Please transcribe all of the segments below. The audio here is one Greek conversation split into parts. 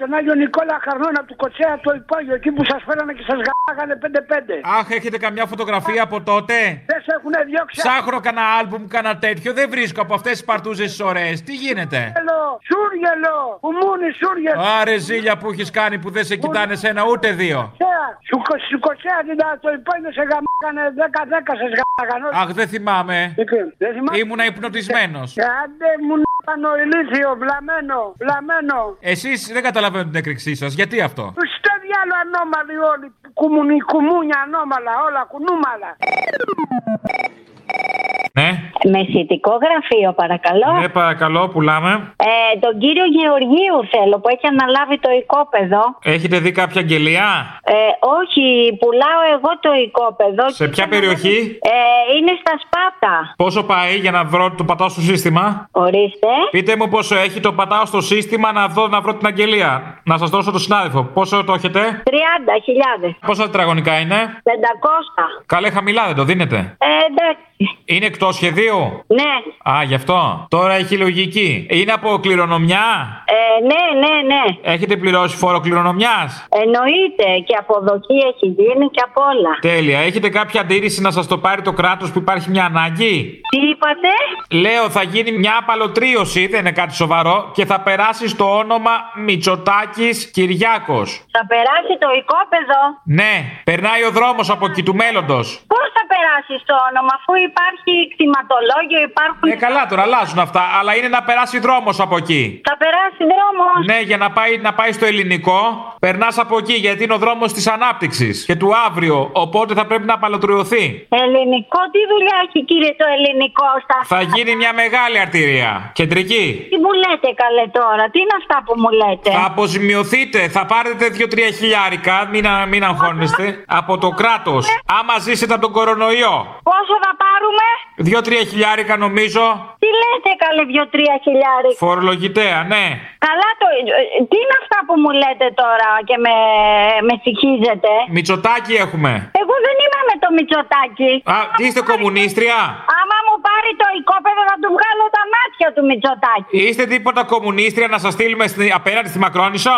τον Άγιο Νικόλα Καρνόνα του Κοτσέα το υπόγειο, εκεί που σας φέρανε και σας γάγανε 5-5. Αχ, έχετε καμιά φωτογραφία από τότε. Δεν σε έχουν διώξει. Ψάχνω κανένα άλμπουμ, κανένα τέτοιο. Δεν βρίσκω από αυτές τις παρτούζες τις ωραίες. Τι γίνεται. Σούργελο, σούργελο, κουμούνι, σούργελο. Άρε ζήλια που έχεις κάνει που δεν σε κοιτάνε σένα ούτε δύο. Κοτσέα, Σου, κο- σου κοτσέα την το υπόγειο σε γαμάγανε 10-10 σε γαμάγανε. Αχ, δεν θυμάμαι. Λοιπόν, Δεν θυμάσαι. Ήμουνα υπνοτισμένος. Ε, Άντε μου να ηλίθιο, βλαμμένο, βλαμμένο. Εσείς δεν καταλαβαίνω την έκρηξή σας. Γιατί αυτό. Στο διάλο ανώμαλοι όλοι. Κουμουνι, κουμούνια ανώμαλα, όλα κουνούμαλα. Ναι. Μεσητικό γραφείο, παρακαλώ. Ναι, παρακαλώ, πουλάμε. Ε, τον κύριο Γεωργίου θέλω που έχει αναλάβει το οικόπεδο. Έχετε δει κάποια αγγελία. Ε, όχι, πουλάω εγώ το οικόπεδο. Σε Και ποια θα- περιοχή? Ε, είναι στα Σπάτα. Πόσο πάει για να βρω, το πατάω στο σύστημα. Ορίστε. Πείτε μου πόσο έχει, το πατάω στο σύστημα να, δω, να βρω την αγγελία. Να σας δώσω το συνάδελφο. Πόσο το έχετε. 30.000. Πόσα τετραγωνικά είναι. 500. Καλέ, χαμηλά δεν το δίνετε. Ε, εντάξει. Είναι εκτός σχεδίου. Ναι. Α, γι' αυτό. Τώρα έχει λογική. Είναι από κληρονομιά. Ε, ναι, ναι, ναι. Έχετε πληρώσει φόρο κληρονομιάς. Εννοείται και αποδοχή έχει γίνει και από όλα. Τέλεια. Έχετε κάποια αντίρρηση να σας το πάρει το κράτος που υπάρχει μια ανάγκη. Τι είπατε? Λέω θα γίνει μια απαλωτρίωση, δεν είναι κάτι σοβαρό, και θα περάσει στο όνομα Μητσοτάκης Κυριάκος. Θα περάσει το οικόπεδο. Ναι, περνάει ο δρόμος από εκεί του μέλλοντος. Πώς θα περάσει το όνομα, αφού υπάρχει κτηματολόγιο, υπάρχουν. Ε, καλά τώρα, αλλάζουν αυτά, αλλά είναι να περάσει δρόμος από εκεί. Θα περάσει δρόμος. Ναι, για να πάει, να πάει στο ελληνικό, περνάς από εκεί γιατί είναι ο δρόμος της ανάπτυξης και του αύριο. Οπότε θα πρέπει να απαλωτριωθεί. Ελληνικό, τι δουλειά έχει κύριε το ελληνικό στα Θα γίνει μια μεγάλη αρτηρία. Κεντρική. Τι μου λέτε καλέ τώρα, τι είναι αυτά που μου λέτε. Θα αποζημιωθείτε, θα πάρετε 2-3 χιλιάρικα, μην, α- μην αγχώνεστε, από το κράτος. Άμα ζήσετε από τον κορονοϊό. Πόσο θα πάρουμε, 2-3 χιλιάρικα νομίζω. τι λέτε καλέ δύο-τρία χιλιάρικα. Φορολογητέα, ναι. Καλά το. ε, Τι είναι αυτά που μου λέτε τώρα και με, με συγχύζετε. Μητσοτάκι έχουμε. Εγώ δεν είμαι με το Μητσοτάκι. Α, τι είστε κομμουνίστρια. Άμα μου πάρει το οικόπεδο θα του βγάλω τα μάτια του Μητσοτάκι. Είστε τίποτα κομμουνίστρια να σας στείλουμε στην- απέναντι στη Μακρόνισσα.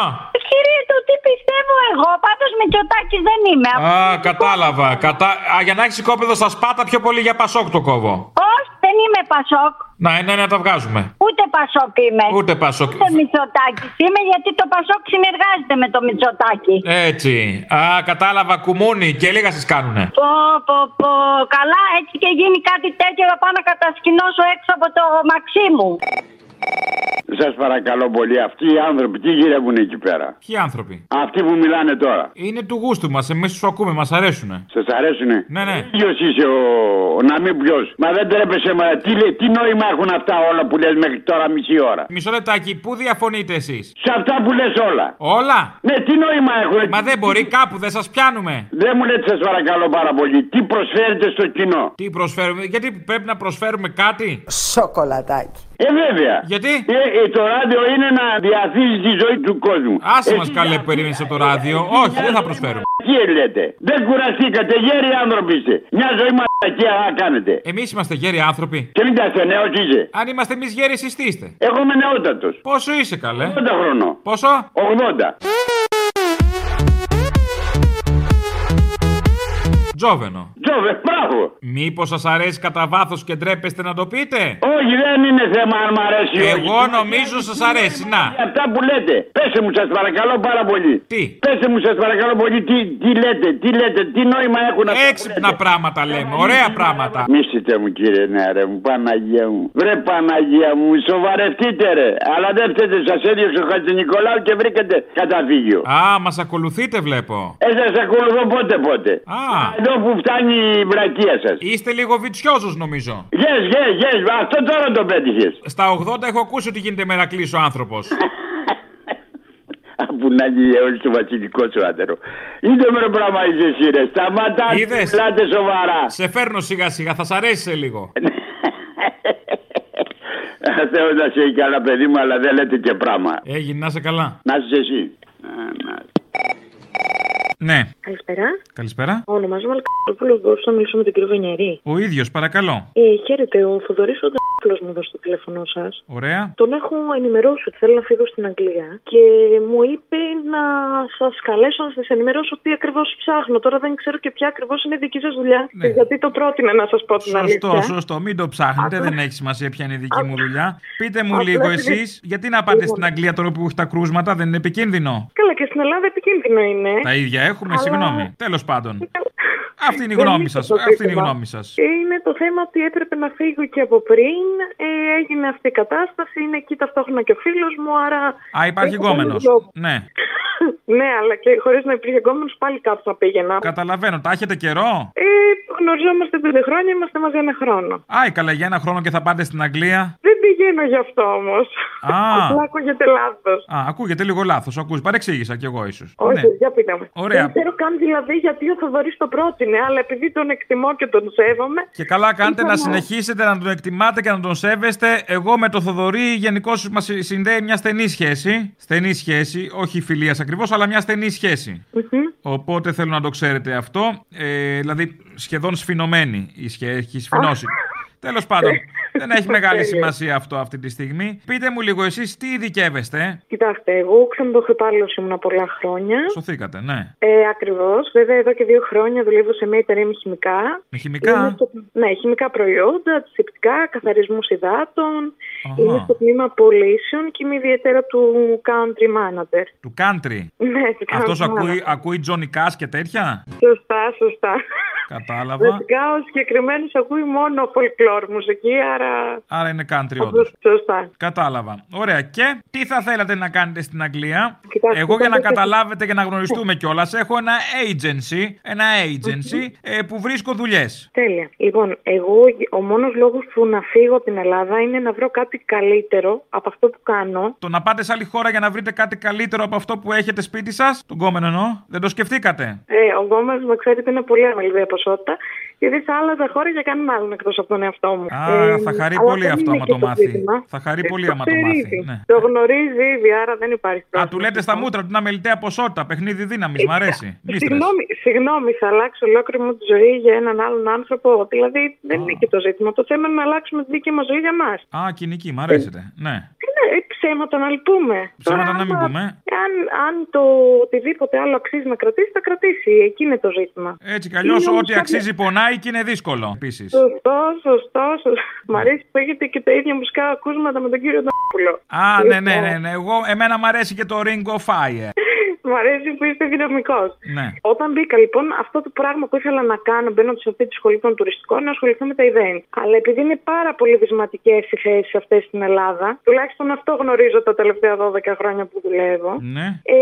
Κύριε του, τι πιστεύω εγώ. Πάντως Μητσοτάκι δεν είμαι. Α, κατάλαβα. Κατά... Α, για να έχεις κόπεδο στα σπάτα πιο πολύ για πασόκ το κόβω. Όχι, δεν είμαι Πασόκ. Να, ναι, ναι, να τα βγάζουμε. Ούτε Πασόκ είμαι. Ούτε πασόκ. Ούτε Μητσοτάκης είμαι γιατί το Πασόκ συνεργάζεται με το Μητσοτάκι. Ε. Έτσι. Α, κατάλαβα, κουμούνι και λίγα σας κάνουνε. Πω, πω, πω. Καλά, έτσι και γίνει κάτι τέτοιο θα πάω να κατασκηνώσω έξω από το μαξί μου. Σας παρακαλώ πολύ, αυτοί οι άνθρωποι τι γυρεύουν εκεί πέρα. Ποιοι άνθρωποι. Αυτοί που μιλάνε τώρα. Είναι του γούστου μας, εμείς τους ακούμε, μας αρέσουνε. Σας αρέσουνε. Ναι, ναι. Ποιο είσαι ο, ο να μην ποιος. Μα δεν τρέπεσαι, μα τι, λέ- τι νόημα έχουν αυτά όλα που λες μέχρι τώρα μισή ώρα. Μισό λεπτάκι, πού διαφωνείτε εσείς. Σε αυτά που λες όλα. Όλα. Ναι, τι νόημα έχουν. Μα δεν μπορεί, κάπου δεν σας πιάνουμε. Δεν μου λέτε, σας παρακαλώ πάρα πολύ, τι προσφέρετε στο κοινό. Τι προσφέρουμε, γιατί πρέπει να προσφέρουμε κάτι. σοκολατάκι. Ε, βέβαια. Γιατί? Ε, ε, το ράδιο είναι να διαθίζει τη ζωή του κόσμου. Ε, Άσε μας Εσείς καλέ να- που περίμενε από το ράδιο. Όχι, δεν θα προσφέρουμε. Τι λέτε. Δεν κουραστήκατε, γέροι άνθρωποι είστε. Μια ζωή μαλακία να κάνετε. Εμεί είμαστε γέροι άνθρωποι. Και μην τα νέο είσαι. Αν είμαστε εμεί γέροι, εσεί τι είστε. Εγώ είμαι νεότατος. Πόσο είσαι καλέ. 80 χρονών. Πόσο? 80. Τζόβενο. Τζόβε, μπράβο. Μήπως σας αρέσει κατά βάθος και ντρέπεστε να το πείτε. Όχι, δεν είναι θέμα αν μ' αρέσει ή όχι. Εγώ νομίζω σας αρέσει. Για Να. αυτά που λέτε. Πέστε μου, σας παρακαλώ πάρα πολύ. Τι. Πέστε μου, σας παρακαλώ πολύ, τι, τι λέτε, τι λέτε, τι νόημα έχουν αυτά. που Έξυπνα λέτε. πράγματα λέμε. Ωραία πράγματα. Μίσητε μου κύριε νεαρέ μου, Παναγία μου. Βρε Παναγία μου, σοβαρευτείτε ρε. Αλλά δεν φταίτε, σας έδιωξε ο Χατζη Νικολάου και βρήκατε καταφύγιο. Α, μας ακολουθείτε βλέπω. Ε, σας ακολουθώ πότε πότε. Α. Εδώ που φτάνει η βρακία σας. Είστε λίγο βιτσιόζος νομίζω. Γες, γες, γες, αυτό τώρα το πέτυχες. Στα 80 έχω ακούσει ότι γίνεται μερακλής ο άνθρωπος. Αφού να γίνει στο βασιλικό σου άντερο. Είδε με το πράγμα είσαι εσύ ρε. Σταματά, Είδες. μιλάτε σοβαρά. σε φέρνω σιγά σιγά, θα σ' αρέσει σε λίγο. Θέλω να σε έχει καλά παιδί μου, αλλά δεν λέτε και πράγμα. Euh, Έγινε, να είσαι καλά. Να είσαι εσύ. Ναι. Καλησπέρα. Καλησπέρα. Ονομάζομαι Αλκαρδοπούλο. Μπορούσα να μιλήσω με τον κύριο Βενιαρή. Ο ίδιος, παρακαλώ. Ε, χαίρετε, ο Θοδωρή ο Νταμπλό μου δώσει το τηλέφωνό σας. Ωραία. Τον έχω ενημερώσει ότι θέλω να φύγω στην Αγγλία και μου είπε να σας καλέσω να σας ενημερώσω τι ακριβώς ψάχνω. Τώρα δεν ξέρω και ποια ακριβώς είναι η δική σας δουλειά. Ναι. Γιατί το πρότεινα να σας πω την Σωστό, αλήθεια. σωστό. Μην το ψάχνετε, Απλά- δεν έχει σημασία ποια είναι η δική Απλά- μου δουλειά. Πείτε μου Απλά λίγο επειδή- εσείς, γιατί να πάτε στην Λοιπόν. Αγγλία τώρα που έχει τα κρούσματα, δεν είναι επικίνδυνο. Καλά, και στην Ελλάδα επικίνδυνο είναι. Τα ίδια έχουμε, Αλλά- συγγνώμη. Τέλος πάντων. Αυτή είναι η Δεν γνώμη είναι σας, το αυτή είναι η ζήτημα. γνώμη σας. Είναι το θέμα ότι έπρεπε να φύγω και από πριν. Ε, έγινε αυτή η κατάσταση. Είναι εκεί ταυτόχρονα και ο φίλος μου, άρα. Α, υπάρχει έχω κάνει γκόμενο. job. Ναι. ναι, αλλά και χωρίς να υπήρχε γκόμενος πάλι κάπου θα πήγαινα. Καταλαβαίνω. Τα έχετε καιρό. Ε, γνωριζόμαστε πέντε χρόνια, είμαστε μαζί ένα χρόνο. Άι, καλά, για ένα χρόνο και θα πάτε στην Αγγλία. Δεν πηγαίνω γι' αυτό όμως. Α. Απλά ακούγεται λάθος. Α, ακούγεται λίγο λάθος. Ακούς, παρεξήγησα κι εγώ ίσως. Όχι, για πείτε μου. Ωραία. Δεν ξέρω καν δηλαδή γιατί ο Θοδωρής το πρότεινε, αλλά επειδή τον εκτιμώ και τον σέβομαι. Και καλά κάνετε να Ήθελα- συνεχίσετε να τον εκτιμάτε και να τον σέβεστε. Εγώ με τον Θοδωρή γενικώς μας συνδέει μια στενή σχέση. Στενή σχέση, όχι φιλίας ακριβώς, αλλά μια στενή σχέση. Μμμ. Οπότε θέλω να το ξέρετε αυτό. Ε, δηλαδή, σχεδόν σφινωμένη η σχέση. Έχει σφινώσει. Τέλος πάντων, δεν έχει μεγάλη Τέλεια. σημασία αυτό αυτή τη στιγμή. Πείτε μου λίγο εσείς τι ειδικεύεστε. ε? Κοιτάξτε, εγώ ξενοδοχειοπάλληλο ήμουνα πολλά χρόνια. Σωθήκατε, ναι. Ε, Ακριβώς. Βέβαια, εδώ και δύο χρόνια δουλεύω σε μια εταιρεία με χημικά. Με χημικά. Είμαι στο- Ναι, χημικά προϊόντα, αντισηπτικά, καθαρισμούς υδάτων. Αχα. Είμαι στο τμήμα πωλήσεων και είμαι ιδιαίτερα του country manager. Του country. Ναι, του Αυτός country ακούει, manager. ακούει Johnny Cash και τέτοια. Σωστά, σωστά. Κατάλαβα. Βασικά, ο συγκεκριμένο ακούει μόνο folklore μουσική, άρα. Άρα είναι country όντω. Σωστά. Κατάλαβα. Ωραία. Και τι θα θέλατε να κάνετε στην Αγγλία. Κοιτάξτε, Εγώ για να τότε- καταλάβετε και να γνωριστούμε κιόλας, έχω ένα agency, ένα agency ε, που βρίσκω δουλειές. Τέλεια. Λοιπόν, εγώ ο μόνος λόγος που να φύγω από την Ελλάδα είναι να βρω κάτι καλύτερο από αυτό που κάνω. Το να πάτε σε άλλη χώρα για να βρείτε κάτι καλύτερο από αυτό που έχετε σπίτι σας, τον κόμενο εννοώ, δεν το σκεφτήκατε. Ε, ο γκόμας μου, ξέρετε, είναι πολύ αμελητή ποσότητα. Γιατί σε άλλα τα χώρια για κανέναν άλλον εκτός από τον εαυτό μου. Ε, Α, θα χαρεί αλλά πολύ δεν αυτό είναι άμα και το μάθει. ζήτημα. Θα χαρεί Ε, πολύ το άμα το ξέρεις μάθει, ήδη. ναι. Το γνωρίζει ήδη, άρα δεν υπάρχει Α, πρόβλημα. Ε, του λέτε στα μούτρα του να μελιτέα ποσότητα. Παιχνίδι δύναμης, μ' αρέσει. Μίστρες. Συγγνώμη, συγγνώμη, θα αλλάξω ολόκληρη μου τη ζωή για έναν άλλον άνθρωπο. Δηλαδή, δεν Α. είναι και το ζήτημα. Το θέμα είναι να αλλάξουμε τη δική μας ζωή για μας. Α, κοινική, μ' αρέσετε. Ναι. Ναι, ε, ψέματα να λυπούμε. Ψέματα Τώρα, να μην άμα- πούμε. Αν, αν το οτιδήποτε άλλο αξίζει να κρατήσει, θα κρατήσει. Εκεί είναι το ζήτημα. Έτσι κι αλλιώς, Είναι όμως Ε, ό,τι κάποια- αξίζει πονάει και είναι δύσκολο επίσης. Σωστό, σωστό, σωστό. Μ' αρέσει που έχετε και τα ίδια μουσικά ακούσματα με τον κύριο Ντόπουλο. Α, ναι, ναι, Λοιπόν, ναι, ναι. Εγώ, εμένα μου αρέσει και το Ring of Fire. Μ' αρέσει που είστε δυναμικός. Ναι. Όταν μπήκα λοιπόν, αυτό το πράγμα που ήθελα να κάνω μπαίνοντα σε αυτή τη σχολή των τουριστικών, να ασχοληθώ με τα event. Αλλά επειδή είναι πάρα πολύ δυσματικέ οι θέσεις αυτές στην Ελλάδα, τουλάχιστον αυτό γνωρίζω τα τελευταία 12 χρόνια που δουλεύω, Ναι. ε,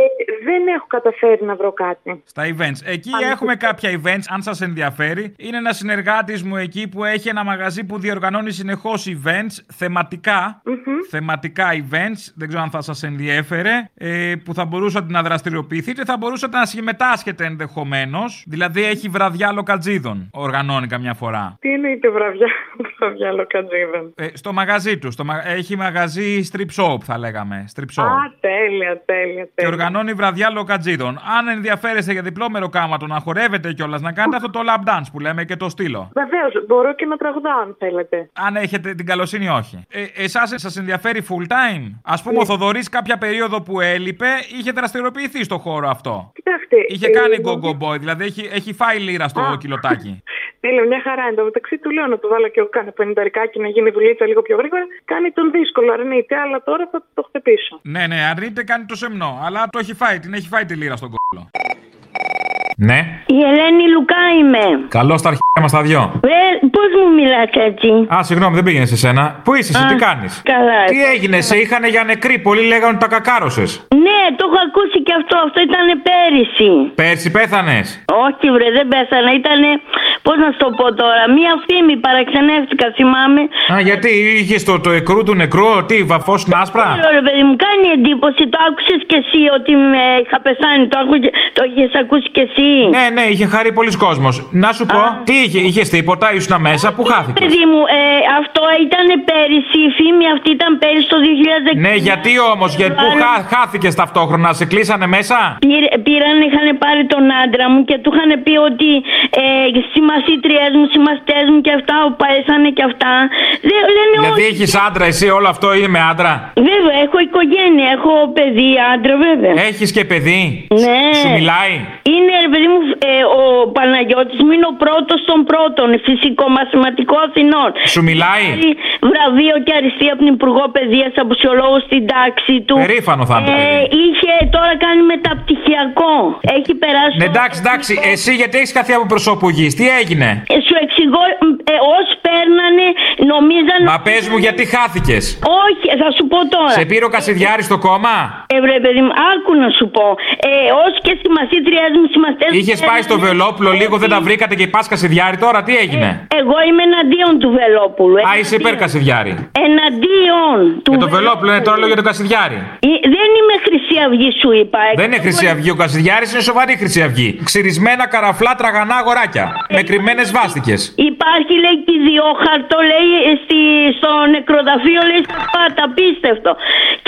δεν έχω καταφέρει να βρω κάτι. Στα events. Εκεί Αν- έχουμε κάποια events, αν σας ενδιαφέρει. Είναι ένας συνεργάτης μου εκεί που έχει ένα μαγαζί που διοργανώνει συνεχώς events θεματικά. Θεματικά events. Δεν ξέρω αν θα σας ενδιέφερε. Ε, που θα μπορούσατε να δραστηριοποιηθείτε, θα μπορούσατε να συμμετάσχετε ενδεχομένως. Δηλαδή έχει βραδιά λοκατζίδων. Οργανώνει καμιά φορά. Τι εννοείται βραβιά, βραβιά λοκατζίδων. Ε, στο μαγαζί τους. Στο μα... Έχει μαγαζί strip shop, θα λέγαμε. Strip shop. Α, τέλεια, τέλεια, Και τέλεια. οργανώνει βραδιά λοκατζίδων. Αν ενδιαφέρεστε για διπλό μεροκάματο, να χορεύετε κιόλας, να κάνετε αυτό το lap dance που λέμε και το στήλο. Βεβαίως, μπορώ και να τραγουδάω αν θέλετε. Αν έχετε την καλοσύνη, όχι. Ε, Εσάς σας ενδιαφέρει full time. Ας Ε, πούμε, ο Θοδωρής κάποια περίοδο που έλειπε είχε δραστηριοποιηθεί στο χώρο αυτό. Κοιτάξτε. Είχε κάνει ε, go boy, δηλαδή έχει, έχει φάει λίρα στο Α. κιλοτάκι. Τέλεια, μια χαρά. Εν τω μεταξύ του λέω να του βάλω και εγώ κάνα πενηνταρικάκι να γίνει δουλίτσα λίγο πιο γρήγορα. Κάνει τον δύσκολο, αρνείται, αλλά τώρα θα το χτυπήσω. ναι, ναι, αρνείται, κάνει το σεμνό. Αλλά το έχει φάει, την έχει φάει τη λίρα στον κόλλο. Ναι, Η Ελένη Λουκά είμαι. καλό στα αρχαία μας τα δυο. Βρε, πώς μου μιλάτε έτσι. Α, συγγνώμη, δεν πήγαινες σε σένα. Πού είσαι, εσύ, τι Α, κάνεις. Καλά. Τι έγινε, σε είχαν για νεκρή. Πολλοί λέγανε ότι τα κακάρωσες. Ναι, το έχω ακούσει και αυτό. Αυτό ήταν πέρυσι. Πέρσι πέθανες. Όχι, βρε, δεν πέθανα. Ήτανε, πώς να σου το πω τώρα, μία φήμη παραξενεύτηκα, θυμάμαι. Α, γιατί είχες το, το εκρού του νεκρού, τι, βαφόσουν άσπρα. Λέω, Ρε παιδί ε, μου, κάνει εντύπωση. Το άκουσες κι εσύ ότι με είχα πεθάνει. Το, άκου- το είχες ακούσει κι εσύ. εκεί. Ναι, ναι, είχε χαρεί πολλοί κόσμος. Να σου πω, τι είχε, είχες τίποτα, ήσουν μέσα που χάθηκε. Παιδί μου, ε, αυτό ήταν πέρυσι. Η φήμη αυτή ήταν πέρυσι το 2019. Ναι, γιατί όμως, γιατί που Άρα- χά, χάθηκες ταυτόχρονα, σε κλείσανε μέσα. Πήρε- Πήραν, είχαν πάρει τον άντρα μου και του είχαν πει ότι ε, σημασίτριέ μου, σημαστέ μου και αυτά, ο παέσανε και αυτά. Δεν, λένε Δηλαδή, όχι. έχει άντρα, εσύ όλο αυτό είναι με άντρα. Βέβαια, έχω οικογένεια, έχω παιδί, άντρα βέβαια. Έχεις και παιδί. Ε. Ναι. Σου μιλάει. Είναι, ρε παιδί μου, ε, ο Παναγιώτης μου είναι ο πρώτος των πρώτων, φυσικό μαθηματικό Αθηνών. Σου μιλάει? Έχει βραβείο και αριστεία από την Υπουργό Παιδείας, αποσιολόγου στην τάξη του. Περήφανο θα είναι το Ε, παιδί. είχε, τώρα κάνει μεταπτυχιακό. Έχει περάσει... Ναι, το εντάξει, εντάξει, μεταπτυχιακό. εσύ γιατί έχεις χαθεί από προσώπου γης, τι έγινε. Ε, Σου εξηγώ, ε, όσοι παίρνανε, νομίζαν... Μα πες μου γιατί χάθηκες. Όχι, θα σου πω τώρα. Σε πήρε ο Κασιδιάρης στο κόμμα. Ε, βρε, παιδί μου, άκου να σου πω. Ε, όσοι και σημασίτριές μου, σημαστές... Ε, μου Είχες πάει στο παίρνανε Βελόπουλο, λίγο δεν τα ότι- βρήκατε και πας Κασιδιάρη τώρα, τι έγινε. Εγώ είμαι εναντίον του Βελόπουλου. Α, είσαι υπέρ εναντίον. Κασιδιάρη. Εναντίον ε, του Για το Βελόπουλο, ναι, τώρα λέω για τον Κασιδιάρη. Ε, Δεν είμαι Χρυσή Αυγή, σου είπα. ε. Δεν είναι Χρυσή Αυγή ο Κασιδιάρης, είναι σοβαρή Χρυσή Αυγή. Ξυρισμένα καραφλά τραγανά αγοράκια. Ε, Με κρυμμένες βάστηκες. Υπάρχει, λέει, κυδιόχαρτο, λέει, ε, στη, στο νεκροταφείο, λέει, στα πάτα, απίστευτο.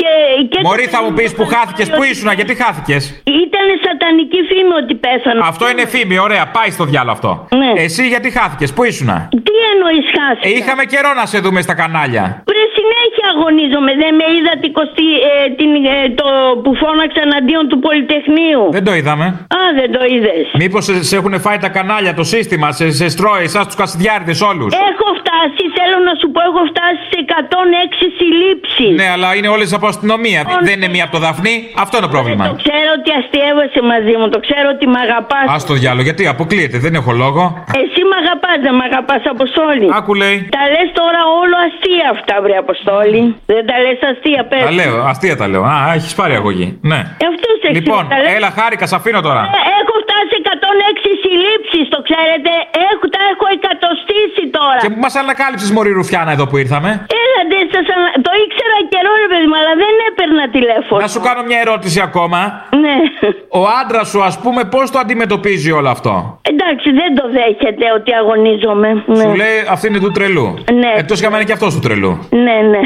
Και, και Μωρή θα μου πεις που χάθηκες, πού ήσουνα, γιατί χάθηκες. Ήταν σατανική φήμη ότι πέθανα. Αυτό είναι φήμη, ωραία, πάει στο διάλογο αυτό. Ε, Ναι. Εσύ γιατί χάθηκες, πού ήσουνα. Τι εννοείς χάστηκα. Ε, είχαμε καιρό να σε δούμε στα κανάλια. Βρε, συνέχεια αγωνίζομαι. Δεν με είδα την, κοστή- ε, την, ε, το, που φώναξε εναντίον του Πολυτεχνείου. Δεν το είδαμε. Α, δεν το είδες. Μήπως σε, σε έχουν φάει τα κανάλια, το σύστημα, σε, σε στρώει, εσά του Κασιδιάρηδε όλους. Έχω φτάσει, θέλω να σου πω, έχω φτάσει σε 106 συλλήψεις. Ναι, αλλά είναι όλες από αστυνομία. Όλες. Δεν είναι μία από το Δαφνί. Αυτό είναι το Ε, Το πρόβλημα. ξέρω ότι αστείευεσαι μαζί μου, το ξέρω ότι μ' αγαπάς. Ας το διάλογο, γιατί αποκλείεται, δεν έχω λόγο. Εσύ μ' αγαπάς, δεν μ' αγαπάς, Αποστόλη. Άκου λέει. Τα λες τώρα όλο αστεία αυτά, βρε Αποστόλη. Δεν τα λες αστεία, πες. Τα λέω, αστεία τα λέω. Α, έχεις πάρει αγωγή. Ναι. Ε, Αυτό σε Λοιπόν, ξέρω, τα λες. έλα, χάρηκα, σε αφήνω τώρα. Ε, Έχω φτάσει σε 106 συλλήψεις, το ξέρετε. Έχω, τα έχω εκατοστήσει τώρα. Και που μας ανακάλυψες, Μωρή Ρουφιάνα, εδώ που ήρθαμε. Έλα, ντε, σας ανα- το ήξερα καιρό, ρε παιδί μου, αλλά δεν έπαιρνα τηλέφωνο. Να σου κάνω μια ερώτηση ακόμα. Ναι. Ο άντρας σου, ας πούμε, πώς το αντιμετωπίζει όλο αυτό. Εντάξει, δεν το δέχεται ότι αγωνίζομαι. Σου Ναι. λέει αυτή είναι του τρελού. Ναι. Εκτός και αν είναι και αυτός του τρελού. Ναι, ναι.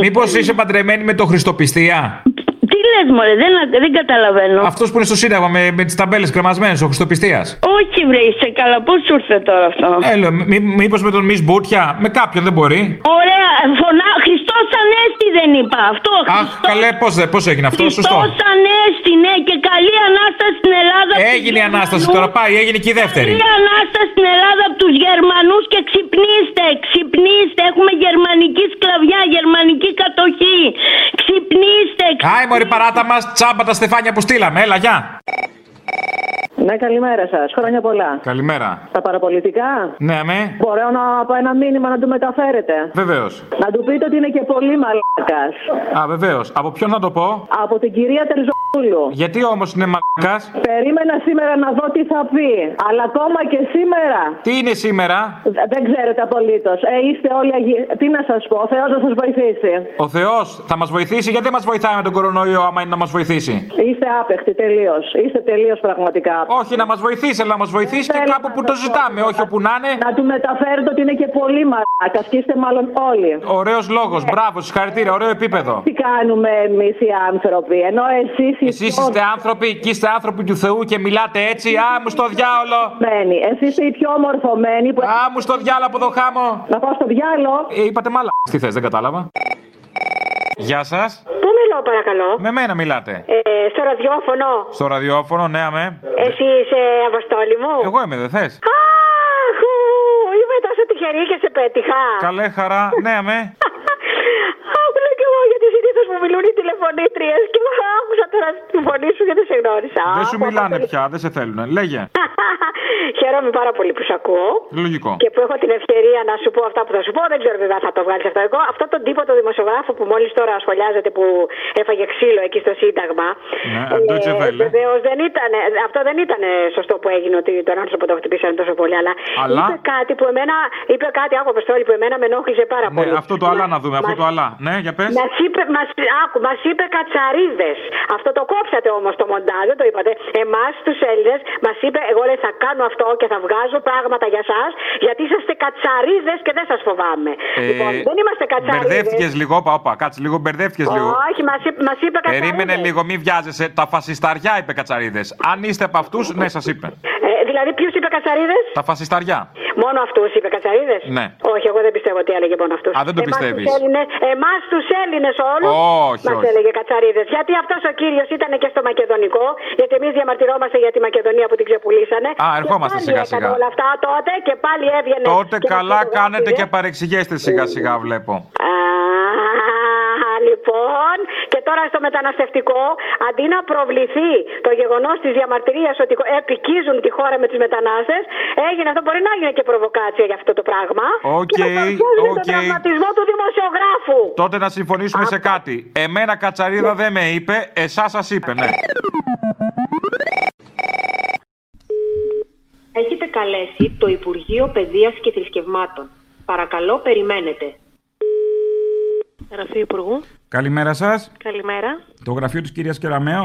Μήπως είσαι παντρεμένη με το Χριστοπιστία. Τι λες μωρέ, δεν, α- δεν καταλαβαίνω. Αυτός που είναι στο Σύνταγμα με, με τις ταμπέλες κρεμασμένε, ο Χριστοπιστίας. Όχι βρε, είσαι καλά, πώς σου ήρθε τώρα αυτό. Έλα, μή, μήπως με τον Ε, Μη Μπούτια, με κάποιον δεν μπορεί. Ωραία, φωνά, Χριστός Ανέστη δεν είπα, αυτό. Αχ, Χριστός- καλέ, πώς πώς έγινε αυτό, σωστό. Χριστός Ανέστη, ναι, και καλή Ανάσταση στην Ελλάδα. απ' τους Έγινε η ανάσταση Γερμανούς. τώρα, πάει, έγινε και η δεύτερη. Καλή Ανάσταση στην Ελλάδα από τους Γερμανούς και ξυπνήστε, ξυπνήστε. Έχουμε γερμανική σκλαβιά, γερμανική κατοχή. Ξυπνήστε, Άι, ξυπνήστε. μωρή παράτα μας, τσάμπα τα στεφάνια που στείλαμε, έλα, γεια. Ναι, καλημέρα σας. Χρόνια πολλά. Καλημέρα. Στα παραπολιτικά. Ναι, με. Μπορώ να πάω ένα μήνυμα να του μεταφέρετε. Βεβαίως. Να του πείτε ότι είναι και πολύ μαλακά. Α, βεβαίως. Από ποιον θα το πω. Από την κυρία Τερζοπούλου. Γιατί όμως είναι μαλακά. Περίμενα σήμερα να δω τι θα πει. Αλλά ακόμα και σήμερα. Τι είναι σήμερα. δε- Δεν ξέρετε απολύτως. Ε, είστε όλοι αγί... Τι να σας πω, ο Θεός να σας βοηθήσει. Ο Θεός θα μας βοηθήσει. Γιατί δεν μας βοηθάει με τον κορονοϊό, άμα είναι να μας βοηθήσει. Είστε άπεχτοι τελείως. Είστε τελείως πραγματικά. Όχι, να μας βοηθήσει, αλλά να μας βοηθήσει και Θέλω κάπου να που το το πω. ζητάμε, όχι όπου να είναι. Να του μεταφέρετε ότι είναι και πολύ μαλακά. Και είστε μάλλον όλοι. Ωραίος λόγος, μπράβο, συγχαρητήρια, ωραίο επίπεδο. Τι κάνουμε εμείς οι άνθρωποι, ενώ εσείς οι Εσείς είστε άνθρωποι και είστε άνθρωποι του Θεού και μιλάτε έτσι. Α, μου στο διάολο. μορφωμένοι. Εσείς είστε οι πιο μορφωμένοι που. Α, μου στο διάολο από το χάμο. Να πάω στο διάλο. Ε, είπατε μάλλα. Τι θες, δεν κατάλαβα. Γεια σας. Πού μιλάω, παρακαλώ. Με μένα μιλάτε. Ε, στο ραδιόφωνο. Στο ραδιόφωνο, ναι, αμέ. Εσύ είσαι Αποστόλη μου. Εγώ είμαι, δεν θες. Αχ, ου, είμαι τόσο τυχερή και σε πέτυχα. Καλέ χαρά, ναι, αμέ. Άκου λέω κι εγώ γιατί συνήθω μου μιλούν οι τηλεφωνήτριες και άκουσα τώρα τη φωνή σου γιατί σε γνώρισα. Δεν Άκου, σου μιλάνε Αποστόλη. πια, δεν σε θέλουν. Λέγε. Χαίρομαι πάρα πολύ που σε ακούω. Λογικό. Και που έχω την ευκαιρία να σου πω αυτά που θα σου πω, δεν ξέρω βέβαια αν θα το βγάλεις αυτό εγώ. Αυτό τον τύπο, το δημοσιογράφο που μόλις τώρα σχολιάζεται που έφαγε ξύλο εκεί στο Σύνταγμα. Ναι, Deutsche Welle. Βεβαίως δεν ήταν, ε, αυτό δεν ήταν σωστό που έγινε ότι τον άνθρωπο το χτυπήσαν τόσο πολύ. Αλλά, Αλλά? είπε κάτι που εμένα, είπε κάτι, άκου Αποστόλη, που εμένα με ενόχλησε πάρα Ναι, πολύ. αυτό το άλλα να δούμε, αυτό Μας- το άλλα. Ναι, για πες. Μας είπε, μας, άκου, μας είπε κατσαρίδες. Αυτό το κόψατε όμως στο μοντάζ, δεν το είπατε. Εμάς τους Έλληνες μας είπε: Εγώ λέει θα κάνω αυτό και θα βγάζω πράγματα για εσά, γιατί είσαστε κατσαρίδες και δεν σας φοβάμαι. λοιπόν, δεν είμαστε κατσαρίδες. Μπερδεύτηκες Ε, λίγο, παπά, κάτσε λίγο, μπερδεύτηκες λίγο. Όχι, μας είπε, μας είπε κατσαρίδες. Περίμενε λίγο, μη βιάζεσαι. Τα φασισταριά είπε κατσαρίδες. Αν είστε από αυτούς, ναι, σας είπε. Ε, δηλαδή, ποιου είπε κατσαρίδε. Τα φασισταριά. Μόνο αυτούς είπε κατσαρίδε. Ναι. Όχι, εγώ δεν πιστεύω ότι έλεγε μόνο αυτούς. Α, δεν το πιστεύεις. Εμάς τους Έλληνε όλους Όχι, μας όχι. έλεγε κατσαρίδε. Γιατί αυτός ο κύριος ήταν και στο Μακεδονικό, γιατί εμείς διαμαρτυρόμαστε για τη Μακεδονία που την ξεπουλήσανε. Α, ερχόμαστε Και πάλι σιγά-σιγά. έκανε Όλα αυτά τότε και πάλι έβγαινε. Τότε και μας καλά φωτογράφιζε. κάνετε και παρεξηγέστε σιγά σιγά, βλέπω. Α, Λοιπόν, και τώρα στο μεταναστευτικό, αντί να προβληθεί το γεγονός της διαμαρτυρίας ότι επικίζουν τη χώρα με τους μετανάστες, έγινε αυτό. Μπορεί να έγινε και προβοκάτσια για αυτό το πράγμα. Οκ, και να παρουσιάζουν οκ. τον τραυματισμό του δημοσιογράφου. Τότε να συμφωνήσουμε σε κάτι. Εμένα κατσαρίδα δεν με είπε, εσάς σας είπε, ναι. Έχετε καλέσει το Υπουργείο Παιδείας και Θρησκευμάτων. Παρακαλώ, περιμένετε. Γραφείο Υπουργού. Καλημέρα σας. Καλημέρα. Το γραφείο της κυρίας Κεραμέο.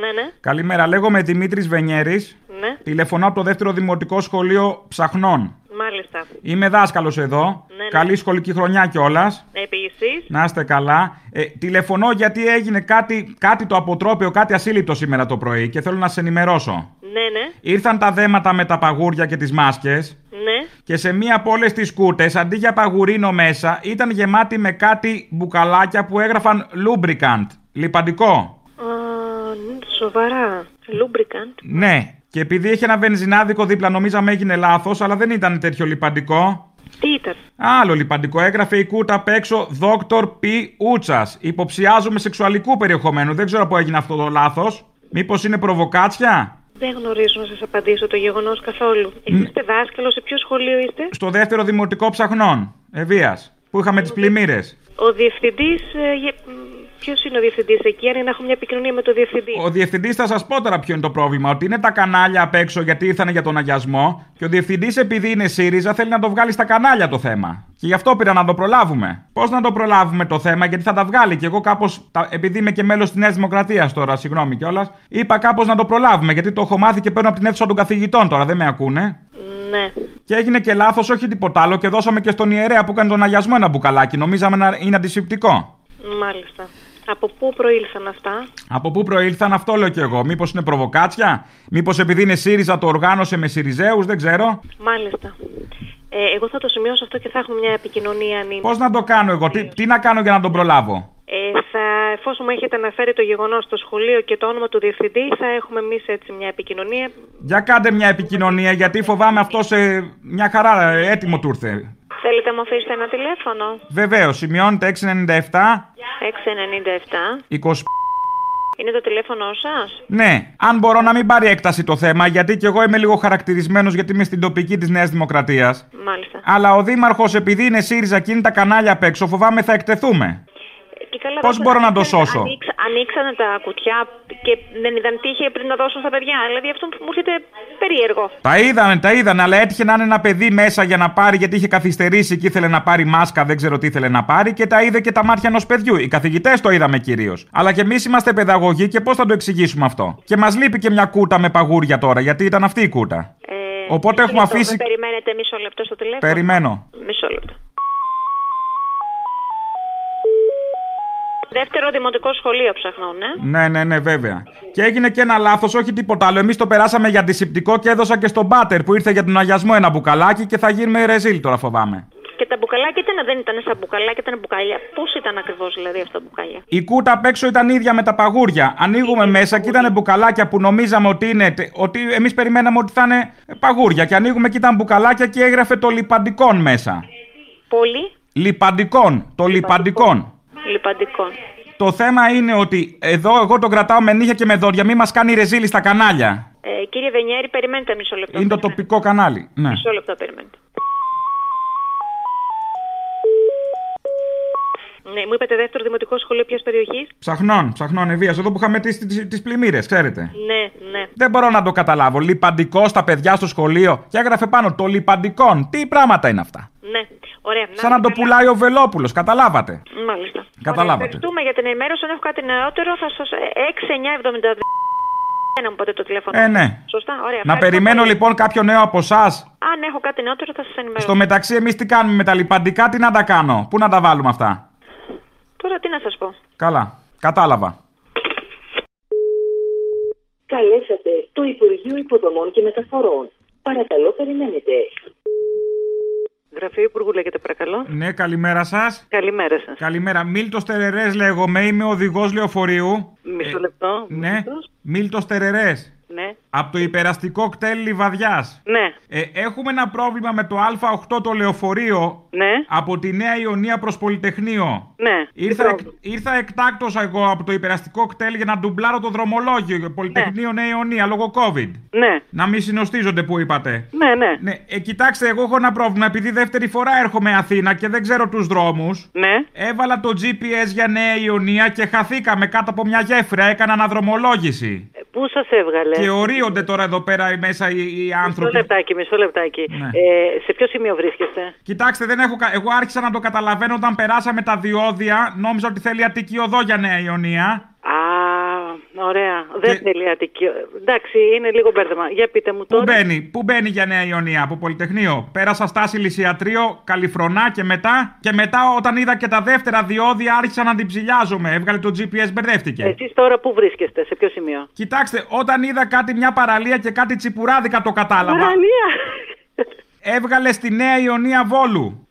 Ναι, ναι, Καλημέρα, λέγομαι Δημήτρης Βενιέρης. ναι. Τηλεφωνώ από το δεύτερο δημοτικό σχολείο Ψαχνών. Μάλιστα. Είμαι δάσκαλος εδώ. Ναι, ναι. Καλή σχολική χρονιά κιόλας. Επίσης, Να είστε καλά. Ε, τηλεφωνώ γιατί έγινε κάτι, κάτι το αποτρόπαιο, κάτι ασύλληπτο σήμερα το πρωί και θέλω να σε ενημερώσω. ναι, ναι, Ήρθαν τα δέματα με τα παγούρια και τις μάσκες ναι. και σε μία από όλες τις κούτες, αντί για παγουρίνο μέσα, ήταν γεμάτη με κάτι μπουκαλάκια που έγραφαν lubricant, λιπαντικό. Α, ναι, σοβαρά. Λούμπρικαντ. Ναι, και επειδή είχε ένα βενζινάδικο δίπλα, νομίζαμε έγινε λάθος, αλλά δεν ήταν τέτοιο λιπαντικό. Τι ήταν. Άλλο λιπαντικό έγραφε η κούτα απ' έξω Dr. P. Ούτσας. Υποψιάζομαι σεξουαλικού περιεχομένου. Δεν ξέρω πού έγινε αυτό το λάθος. Μήπως είναι προβοκάτσια. Δεν γνωρίζω να σας απαντήσω το γεγονός καθόλου. Εσείς είστε δάσκαλος, σε ποιο σχολείο είστε. Στο δεύτερο δημοτικό ψαχνών. Ευεία. Που είχαμε τις πλημμύρες. Ο διευθυντής... ε, γε- μ, Ποιος είναι ο διευθυντής εκεί, αν είναι να έχω μια επικοινωνία με τον διευθυντή. Ο διευθυντής θα σας πω τώρα ποιο είναι το πρόβλημα. Ότι είναι τα κανάλια απ' έξω γιατί ήρθαν για τον αγιασμό. Και ο διευθυντής, επειδή είναι ΣΥΡΙΖΑ, θέλει να το βγάλει στα κανάλια το θέμα. Και γι' αυτό πήρα να το προλάβουμε. Πώς να το προλάβουμε το θέμα, γιατί θα τα βγάλει. Και εγώ κάπως, επειδή είμαι και μέλος της Νέας Δημοκρατίας τώρα, συγγνώμη κιόλας, είπα κάπως να το προλάβουμε. Γιατί το έχω μάθει και παίρνω από την αίθουσα των καθηγητών τώρα, δεν με ακούνε. Ναι. Και έγινε και λάθος, όχι τίποτα άλλο. Και δώσαμε και στον ιερέα που έκανε τον αγιασμό ένα μπουκαλάκι. Νομίζαμε να είναι αντισηπτικό. Μάλιστα. Από πού προήλθαν αυτά. Από πού προήλθαν, αυτό λέω και εγώ. Μήπως είναι προβοκάτσια, μήπως επειδή είναι ΣΥΡΙΖΑ το οργάνωσε με ΣΥΡΙΖΑΕΟΥ, δεν ξέρω. Μάλιστα. Ε, εγώ θα το σημειώσω αυτό και θα έχουμε μια επικοινωνία αν είναι. Πώς να το κάνω εγώ, τι, τι να κάνω για να τον προλάβω. Ε, θα, εφόσον μου έχετε αναφέρει το γεγονός στο σχολείο και το όνομα του διευθυντή, θα έχουμε εμείς έτσι μια επικοινωνία. Για κάντε μια επικοινωνία, γιατί φοβάμαι αυτό σε μια χαρά ε, έτοιμο του ήρθε. Θέλετε να μου αφήσετε ένα τηλέφωνο. Βεβαίως, σημειώνεται 697 697. 20. Είναι το τηλέφωνό σας. Ναι, αν μπορώ να μην πάρει έκταση το θέμα, γιατί και εγώ είμαι λίγο χαρακτηρισμένος, γιατί είμαι στην τοπική της Νέας Δημοκρατίας. Μάλιστα. Αλλά ο Δήμαρχος, επειδή είναι ΣΥΡΙΖΑ και είναι τα κανάλια απ' έξω, φοβάμαι θα εκτεθούμε. Και καλά, Πώς δεν μπορώ να το ανοίξανε- σώσω? ανοίξα- ανοίξανε τα κουτιά και δεν ήταν τύχη πριν να δώσουν στα παιδιά. Δηλαδή αυτό μου έρχεται περίεργο. Τα είδανε, τα είδανε, αλλά έτυχε να είναι ένα παιδί μέσα για να πάρει, γιατί είχε καθυστερήσει και ήθελε να πάρει μάσκα, δεν ξέρω τι ήθελε να πάρει, και τα είδε και τα μάτια ενός παιδιού. Οι καθηγητές το είδαμε κυρίως. Αλλά και εμείς είμαστε παιδαγωγοί και πώς θα το εξηγήσουμε αυτό. Και μας λείπει και μια κούτα με παγούρια τώρα, γιατί ήταν αυτή η κούτα. Ε, Οπότε μισό έχουμε λεπτό, αφήσει- με περιμένετε μισό λεπτό στο τηλέφωνο. Περιμένω. Μισό λεπτό. Δεύτερο δημοτικό σχολείο ψαχνώ, ναι. Ναι, ναι, ναι, βέβαια. Και έγινε και ένα λάθος, όχι τίποτα άλλο. Εμείς το περάσαμε για αντισηπτικό και έδωσα και στον πάτερ που ήρθε για τον αγιασμό ένα μπουκαλάκι και θα γίνουμε ρεζίλ τώρα φοβάμαι. Και τα μπουκαλάκια ήταν, δεν ήταν σαν μπουκαλάκια, ήταν μπουκάλια. Πώς ήταν ακριβώς δηλαδή αυτά τα μπουκάλια. Η κούτα απ' έξω ήταν ίδια με τα παγούρια. Ανοίγουμε μέσα και ήταν μπουκαλάκια που νομίζαμε ότι είναι. τε- Ότι εμείς περιμέναμε ότι θα είναι παγούρια. Και ανοίγουμε και ήταν μπουκαλάκια και έγραφε το λιπαντικόν μέσα. Πολύ Λιπαντικόν. Το λιπαντικόν. λιπαντικό. Το θέμα είναι ότι εδώ εγώ τον κρατάω με νύχια και με δόντια. Μην μας κάνει ρεζίλη στα κανάλια. Ε, κύριε Βενιέρη, περιμένετε μισό λεπτό. Είναι το Περιμένετε. τοπικό κανάλι. Ναι. Μισό λεπτό, περιμένετε. Ναι, μου είπατε δεύτερο δημοτικό σχολείο ποιας περιοχής. Ψαχνών, ψαχνών ευεία. Εδώ που είχαμε τις πλημμύρες, ξέρετε. Ναι, ναι. Δεν μπορώ να το καταλάβω. Λιπαντικό στα παιδιά στο σχολείο και έγραφε πάνω το λιπαντικόν. Τι πράγματα είναι αυτά. Ναι, ωραία. Σαν να το καλά. πουλάει ο Βελόπουλος, καταλάβατε. Μάλιστα. Καταλάβατε. Ε, Ωραία, Ευχαριστούμε για την ενημέρωση. Αν έχω κάτι νεότερο, θα σας. 6972. ένα μου ποτέ το τηλέφωνο. Ε, ναι. Σωστά, ωραία. Να ευχαριστώ περιμένω πολύ. λοιπόν κάποιο νέο από εσάς. Αν έχω κάτι νεότερο θα σας ενημερώσω. Στο μεταξύ, εμείς τι κάνουμε με τα λιπαντικά, τι να τα κάνω, πού να τα βάλουμε αυτά. Τώρα τι να σας πω. Καλά, κατάλαβα. Καλέσατε το Υπουργείο Υποδομών και Μεταφορών. Παρακαλώ, περιμένετε. Γραφείο Υπουργού λέγεται, παρακαλώ. Ναι, καλημέρα σας. Καλημέρα σας. Καλημέρα. Μίλτος Τερερές λέγομαι, είμαι οδηγός λεωφορείου. Μισό λεπτό. Ναι, Μίλτος Τερερές. Ναι. Από το υπεραστικό κτέλ Λιβαδιάς. Ναι. Ε, έχουμε ένα πρόβλημα με το Α8 το λεωφορείο Ναι. από τη Νέα Ιωνία προς Πολυτεχνείο. Ναι. Ήρθα, εκ, ήρθα εκτάκτος εγώ από το υπεραστικό κτέλ για να ντουμπλάρω το δρομολόγιο Πολυτεχνείο Νέα Ιωνία λόγω COVID. Ναι. Να μην συνοστίζονται που είπατε. Ναι, ναι. Ναι, ε, κοιτάξτε, εγώ έχω ένα πρόβλημα. Επειδή δεύτερη φορά έρχομαι Αθήνα και δεν ξέρω τους δρόμους. Ναι. Έβαλα το GPS για Νέα Ιωνία και χαθήκαμε κάτω από μια γέφυρα. Έκανα αναδρομολόγηση. Πού σας έβγαλε. Και ορίονται τώρα εδώ πέρα μέσα οι, οι Μισό άνθρωποι. λεπτάκι, μισό λεπτάκι. Ναι. Ε, σε ποιο σημείο βρίσκεστε. Κοιτάξτε, δεν έχω... κα- εγώ άρχισα να το καταλαβαίνω όταν περάσαμε τα διόδια. Νόμιζα ότι θέλει Αττική Οδό για Νέα Ιωνία. Α, ωραία. Δεν θέλει Αττική. Εντάξει, είναι λίγο μπέρδεμα. Για πείτε μου τώρα. Πού μπαίνει, πού μπαίνει για Νέα Ιωνία από Πολυτεχνείο. Πέρασα στάση Λυσιατρίο, Καλιφρονά και μετά. Και μετά όταν είδα και τα δεύτερα διόδια άρχισα να την ψηλιάζομαι. Έβγαλε το GPS, μπερδεύτηκε. Εσείς τώρα πού βρίσκεστε, σε ποιο σημείο. Κοιτάξτε, όταν είδα κάτι μια παραλία και κάτι τσιπουράδικα το κατάλαβα. Παραλία. Έβγαλε στη Νέα Ιωνία Βόλου.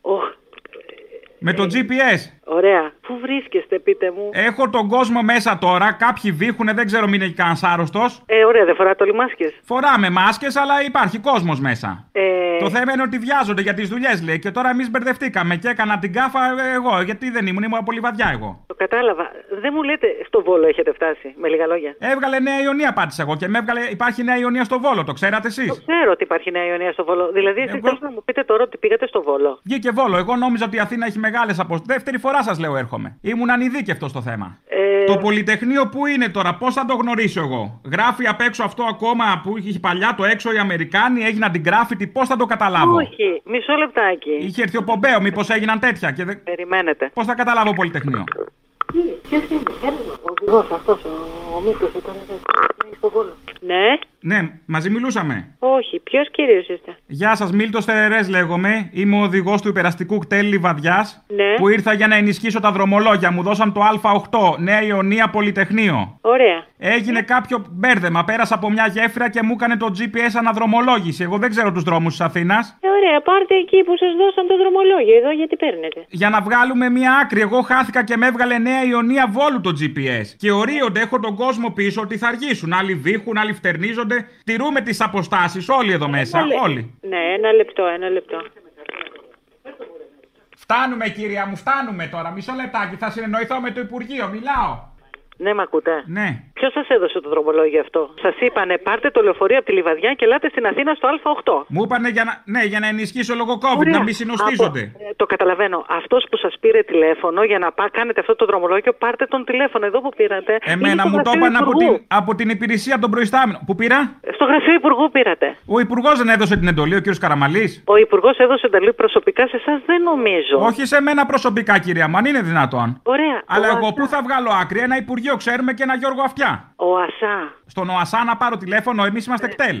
Με Ε. το GPS. Ωραία. Πού βρίσκεστε, πείτε μου. Έχω τον κόσμο μέσα τώρα. Κάποιοι βήχουνε, δεν ξέρω, μην έχει κανένα άρρωστο. Ε, ωραία, δεν φοράτε όλοι μάσκες. Φοράμε μάσκες, αλλά υπάρχει κόσμος μέσα. Ε, Το θέμα είναι ότι βιάζονται για τις δουλειές, λέει. Και τώρα εμείς μπερδευτήκαμε και έκανα την κάφα ε, εγώ. Γιατί δεν ήμουν, ήμουν πολύ βαδιά εγώ. Το κατάλαβα. Δεν μου λέτε στο Βόλο έχετε φτάσει, με λίγα λόγια. Έβγαλε Νέα Ιωνία, πάτησα εγώ. Και με έβγαλε, υπάρχει Νέα Ιωνία στο βόλο, το ξέρατε εσείς. Ξέρω ότι υπάρχει Νέα Ιωνία στο Βόλο. Δηλαδή, εσείς Εγώ- θέλετε να μου πείτε τώρα ότι πήγατε στο Βόλο. Βγήκε βόλο. Εγώ νόμιζα ότι η Αθήνα έχει μεγάλες αποστολές. Δεύτερη φορά σας λέω έρχομαι. Ήμουν ανειδίκευτος στο θέμα. Ε, Το Πολυτεχνείο που είναι τώρα, πώς θα το γνωρίσω εγώ. Γράφει απ' έξω αυτό ακόμα που είχε παλιά το έξω οι Αμερικάνοι, έγιναν την γράφητη, πώς θα το καταλάβω. Όχι, μισό λεπτάκι. Είχε έρθει ο Πομπέο, μήπως έγιναν τέτοια. Και δεν... Περιμένετε. Πώς θα καταλάβω Πολυτεχνείο. Ναι. Ναι, μαζί μιλούσαμε. Όχι, ποιος κύριος είστε. Γεια σας, Μίλτο Θερερέ λέγομαι. Είμαι ο οδηγός του υπεραστικού κτέλ Λιβαδιάς. Ναι. Που ήρθα για να ενισχύσω τα δρομολόγια. Μου δώσαν το Α8, Νέα Ιωνία Πολυτεχνείο. Ωραία. Έγινε κάποιο μπέρδεμα. Πέρασα από μια γέφυρα και μου έκανε το GPS αναδρομολόγηση. Εγώ δεν ξέρω τους δρόμους της Αθήνας. Ε, ωραία, πάρτε εκεί που σας δώσαν το δρομολόγιο. Εδώ γιατί παίρνετε. Για να βγάλουμε μια άκρη. Εγώ χάθηκα και με έβγαλε Νέα Ιωνία Βόλου το GPS. Και ορίονται, έχω τον κόσμο πίσω ότι θα αργήσουν. Άλλοι βήχουν, άλλοι φτερνίζονται. Τηρούμε τις αποστάσεις όλοι εδώ μέσα. Ένα λε- Όλοι. Ναι, ένα λεπτό, ένα λεπτό. Φτάνουμε, κυρία μου, φτάνουμε τώρα. Μισό λεπτάκι, θα συνεννοηθώ με το Υπουργείο. Μιλάω. Ναι, μ' ακούτε. Ναι. Ποιος σας έδωσε το δρομολόγιο αυτό. Σας είπανε πάρτε το λεωφορείο από τη Λιβαδιά και ελάτε στην Αθήνα στο Α8. Μου είπανε για να, ναι, για να ενισχύσω λόγω COVID, Ωραία. να μην συνοστίζονται. Από- ε, το καταλαβαίνω. Αυτός που σας πήρε τηλέφωνο για να πά, κάνετε αυτό το δρομολόγιο, πάρτε τον τηλέφωνο εδώ που πήρατε. Είναι Εμένα στο μου το γραφείο είπαν από Υπουργού. την, από την υπηρεσία των προϊστάμενων. Που πήρα? Στο γραφείο Υπουργού πήρατε. Ο Υπουργός δεν έδωσε την εντολή, ο κ. Καραμαλής. Ο Υπουργός έδωσε εντολή προσωπικά σε εσάς, δεν νομίζω. Όχι σε μένα προσωπικά, κυρία μου, αν είναι δυνατόν. Ωραία. Αλλά ο εγώ Ασά- πού θα βγάλω άκρη, ένα Υπουργείο ξέρουμε και ένα Γιώργο Αυτιά. Ο Ασά. Ε, Στον ΟΑΣΑ να πάρω τηλέφωνο, εμείς είμαστε κτέλ.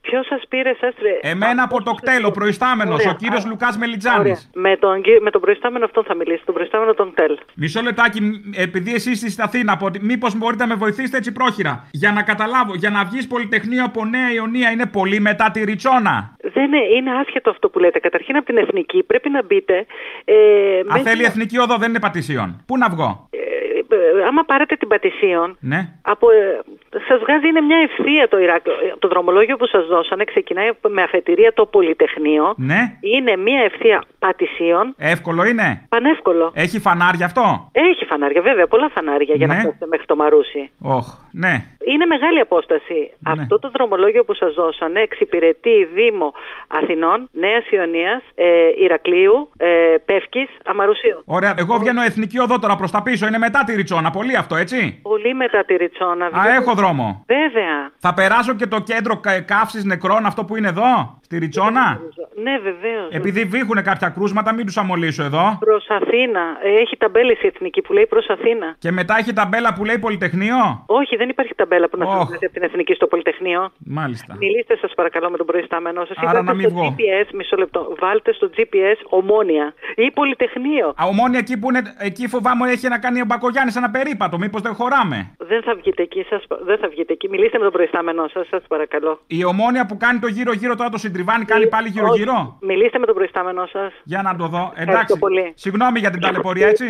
Ποιος σας πήρε εσά. Ρε... Εμένα από το κτέλ, ο προϊστάμενος, ε, Ωραία. ο κύριος Α, Λουκά Ωραία. Μελιτζάνη. Με τον, κύ- με τον προϊστάμενο αυτόν θα μιλήσει, τον προϊστάμενο των ΤΕΛ. Μισό λεπτάκι, μ, επειδή εσείς είστε στην Αθήνα, μήπως μπορείτε να με βοηθήσετε έτσι πρόχειρα. Για να καταλάβω, για να βγεις Πολυτεχνείο από Νέα Ιωνία είναι πολύ μετά τη Ριτσόνα. Δεν είναι, είναι άσχετο αυτό που λέτε. Καταρχήν από την εθνική πρέπει να μπείτε. Ε, Αν μέσα- θέλει εθνική οδό, δεν είναι πατησίων. Πού να βγω, ε, ε, άμα πάρετε την Πατησίων, ναι. από, ε, σας βγάζει, είναι μια ευθεία το Ηράκλειο. Ε, Το δρομολόγιο που σας δώσανε ξεκινάει από- με αφετηρία το Πολυτεχνείο. Ναι. Είναι μια ευθεία Πατησίων. Εύκολο είναι. Πανεύκολο. Έχει φανάρια αυτό. Έχει φανάρια, βέβαια, πολλά φανάρια για Ναι. να φτάσετε μέχρι το Μαρούσι. Όχ, ναι. Είναι μεγάλη απόσταση. Ναι. Αυτό το δρομολόγιο που σας δώσανε εξυπηρετεί Δήμο Αθηνών, Νέας Ιωνίας, ε, Ηρακλείου, ε, Πεύκης, Αμαρουσίου. Ωραία, εγώ βγαίνω εθνική οδό τώρα προς τα πίσω. Είναι μετά τη Ριτσόνα, πολύ αυτό, έτσι. Πολύ μετά τη Ριτσόνα. Α, βγαίνει- έχω δρόμο. Βέβαια. Θα περάσω και το κέντρο καύσης νεκρών, αυτό που είναι εδώ, στη Ριτσόνα. Ναι, βεβαίως. Επειδή βήχουν κάποια κρούσματα, μην τους αμολύσω εδώ. Προς Αθήνα. Ε, Έχει ταμπέλες η εθνική που λέει προς Αθήνα. Και μετά έχει ταμπέλα που λέει Πολυτεχνείο. Όχι, δεν υπάρχει ταμπέλα που να Οχ. oh. από την εθνική στο Πολυτεχνείο. Μάλιστα. Μιλήστε σας παρακαλώ με τον προϊστάμενό σας. Άρα να μην στο βγω. GPS, μισό λεπτό. Βάλτε στο GPS ομόνια ή Πολυτεχνείο. Α, Ομόνια εκεί που είναι, εκεί φοβάμαι έχει να κάνει ο Μπακογιάννης ένα περίπατο. Μήπως δεν χωράμε. Δεν θα βγείτε εκεί, σας, πα- δεν θα βγείτε εκεί. Μιλήστε με τον προϊστάμενό σας, σας παρακαλώ. Η ομόνια που κάνει το γύρο-γύρο τώρα το συντριβάνει, κάνει πάλι γύρω-γύρω. Όχι. Μιλήστε με τον προϊστάμενό σας. Για να το δω. Ευχαριστώ Εντάξει. πολύ. Συγγνώμη για την ταλαιπωρία, έτσι.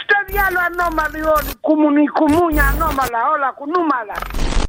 Στο διάλογο ανώμαλοι όλοι. Κουμουνι, κουμούνια ανώμαλα, όλα κουνούμαλα.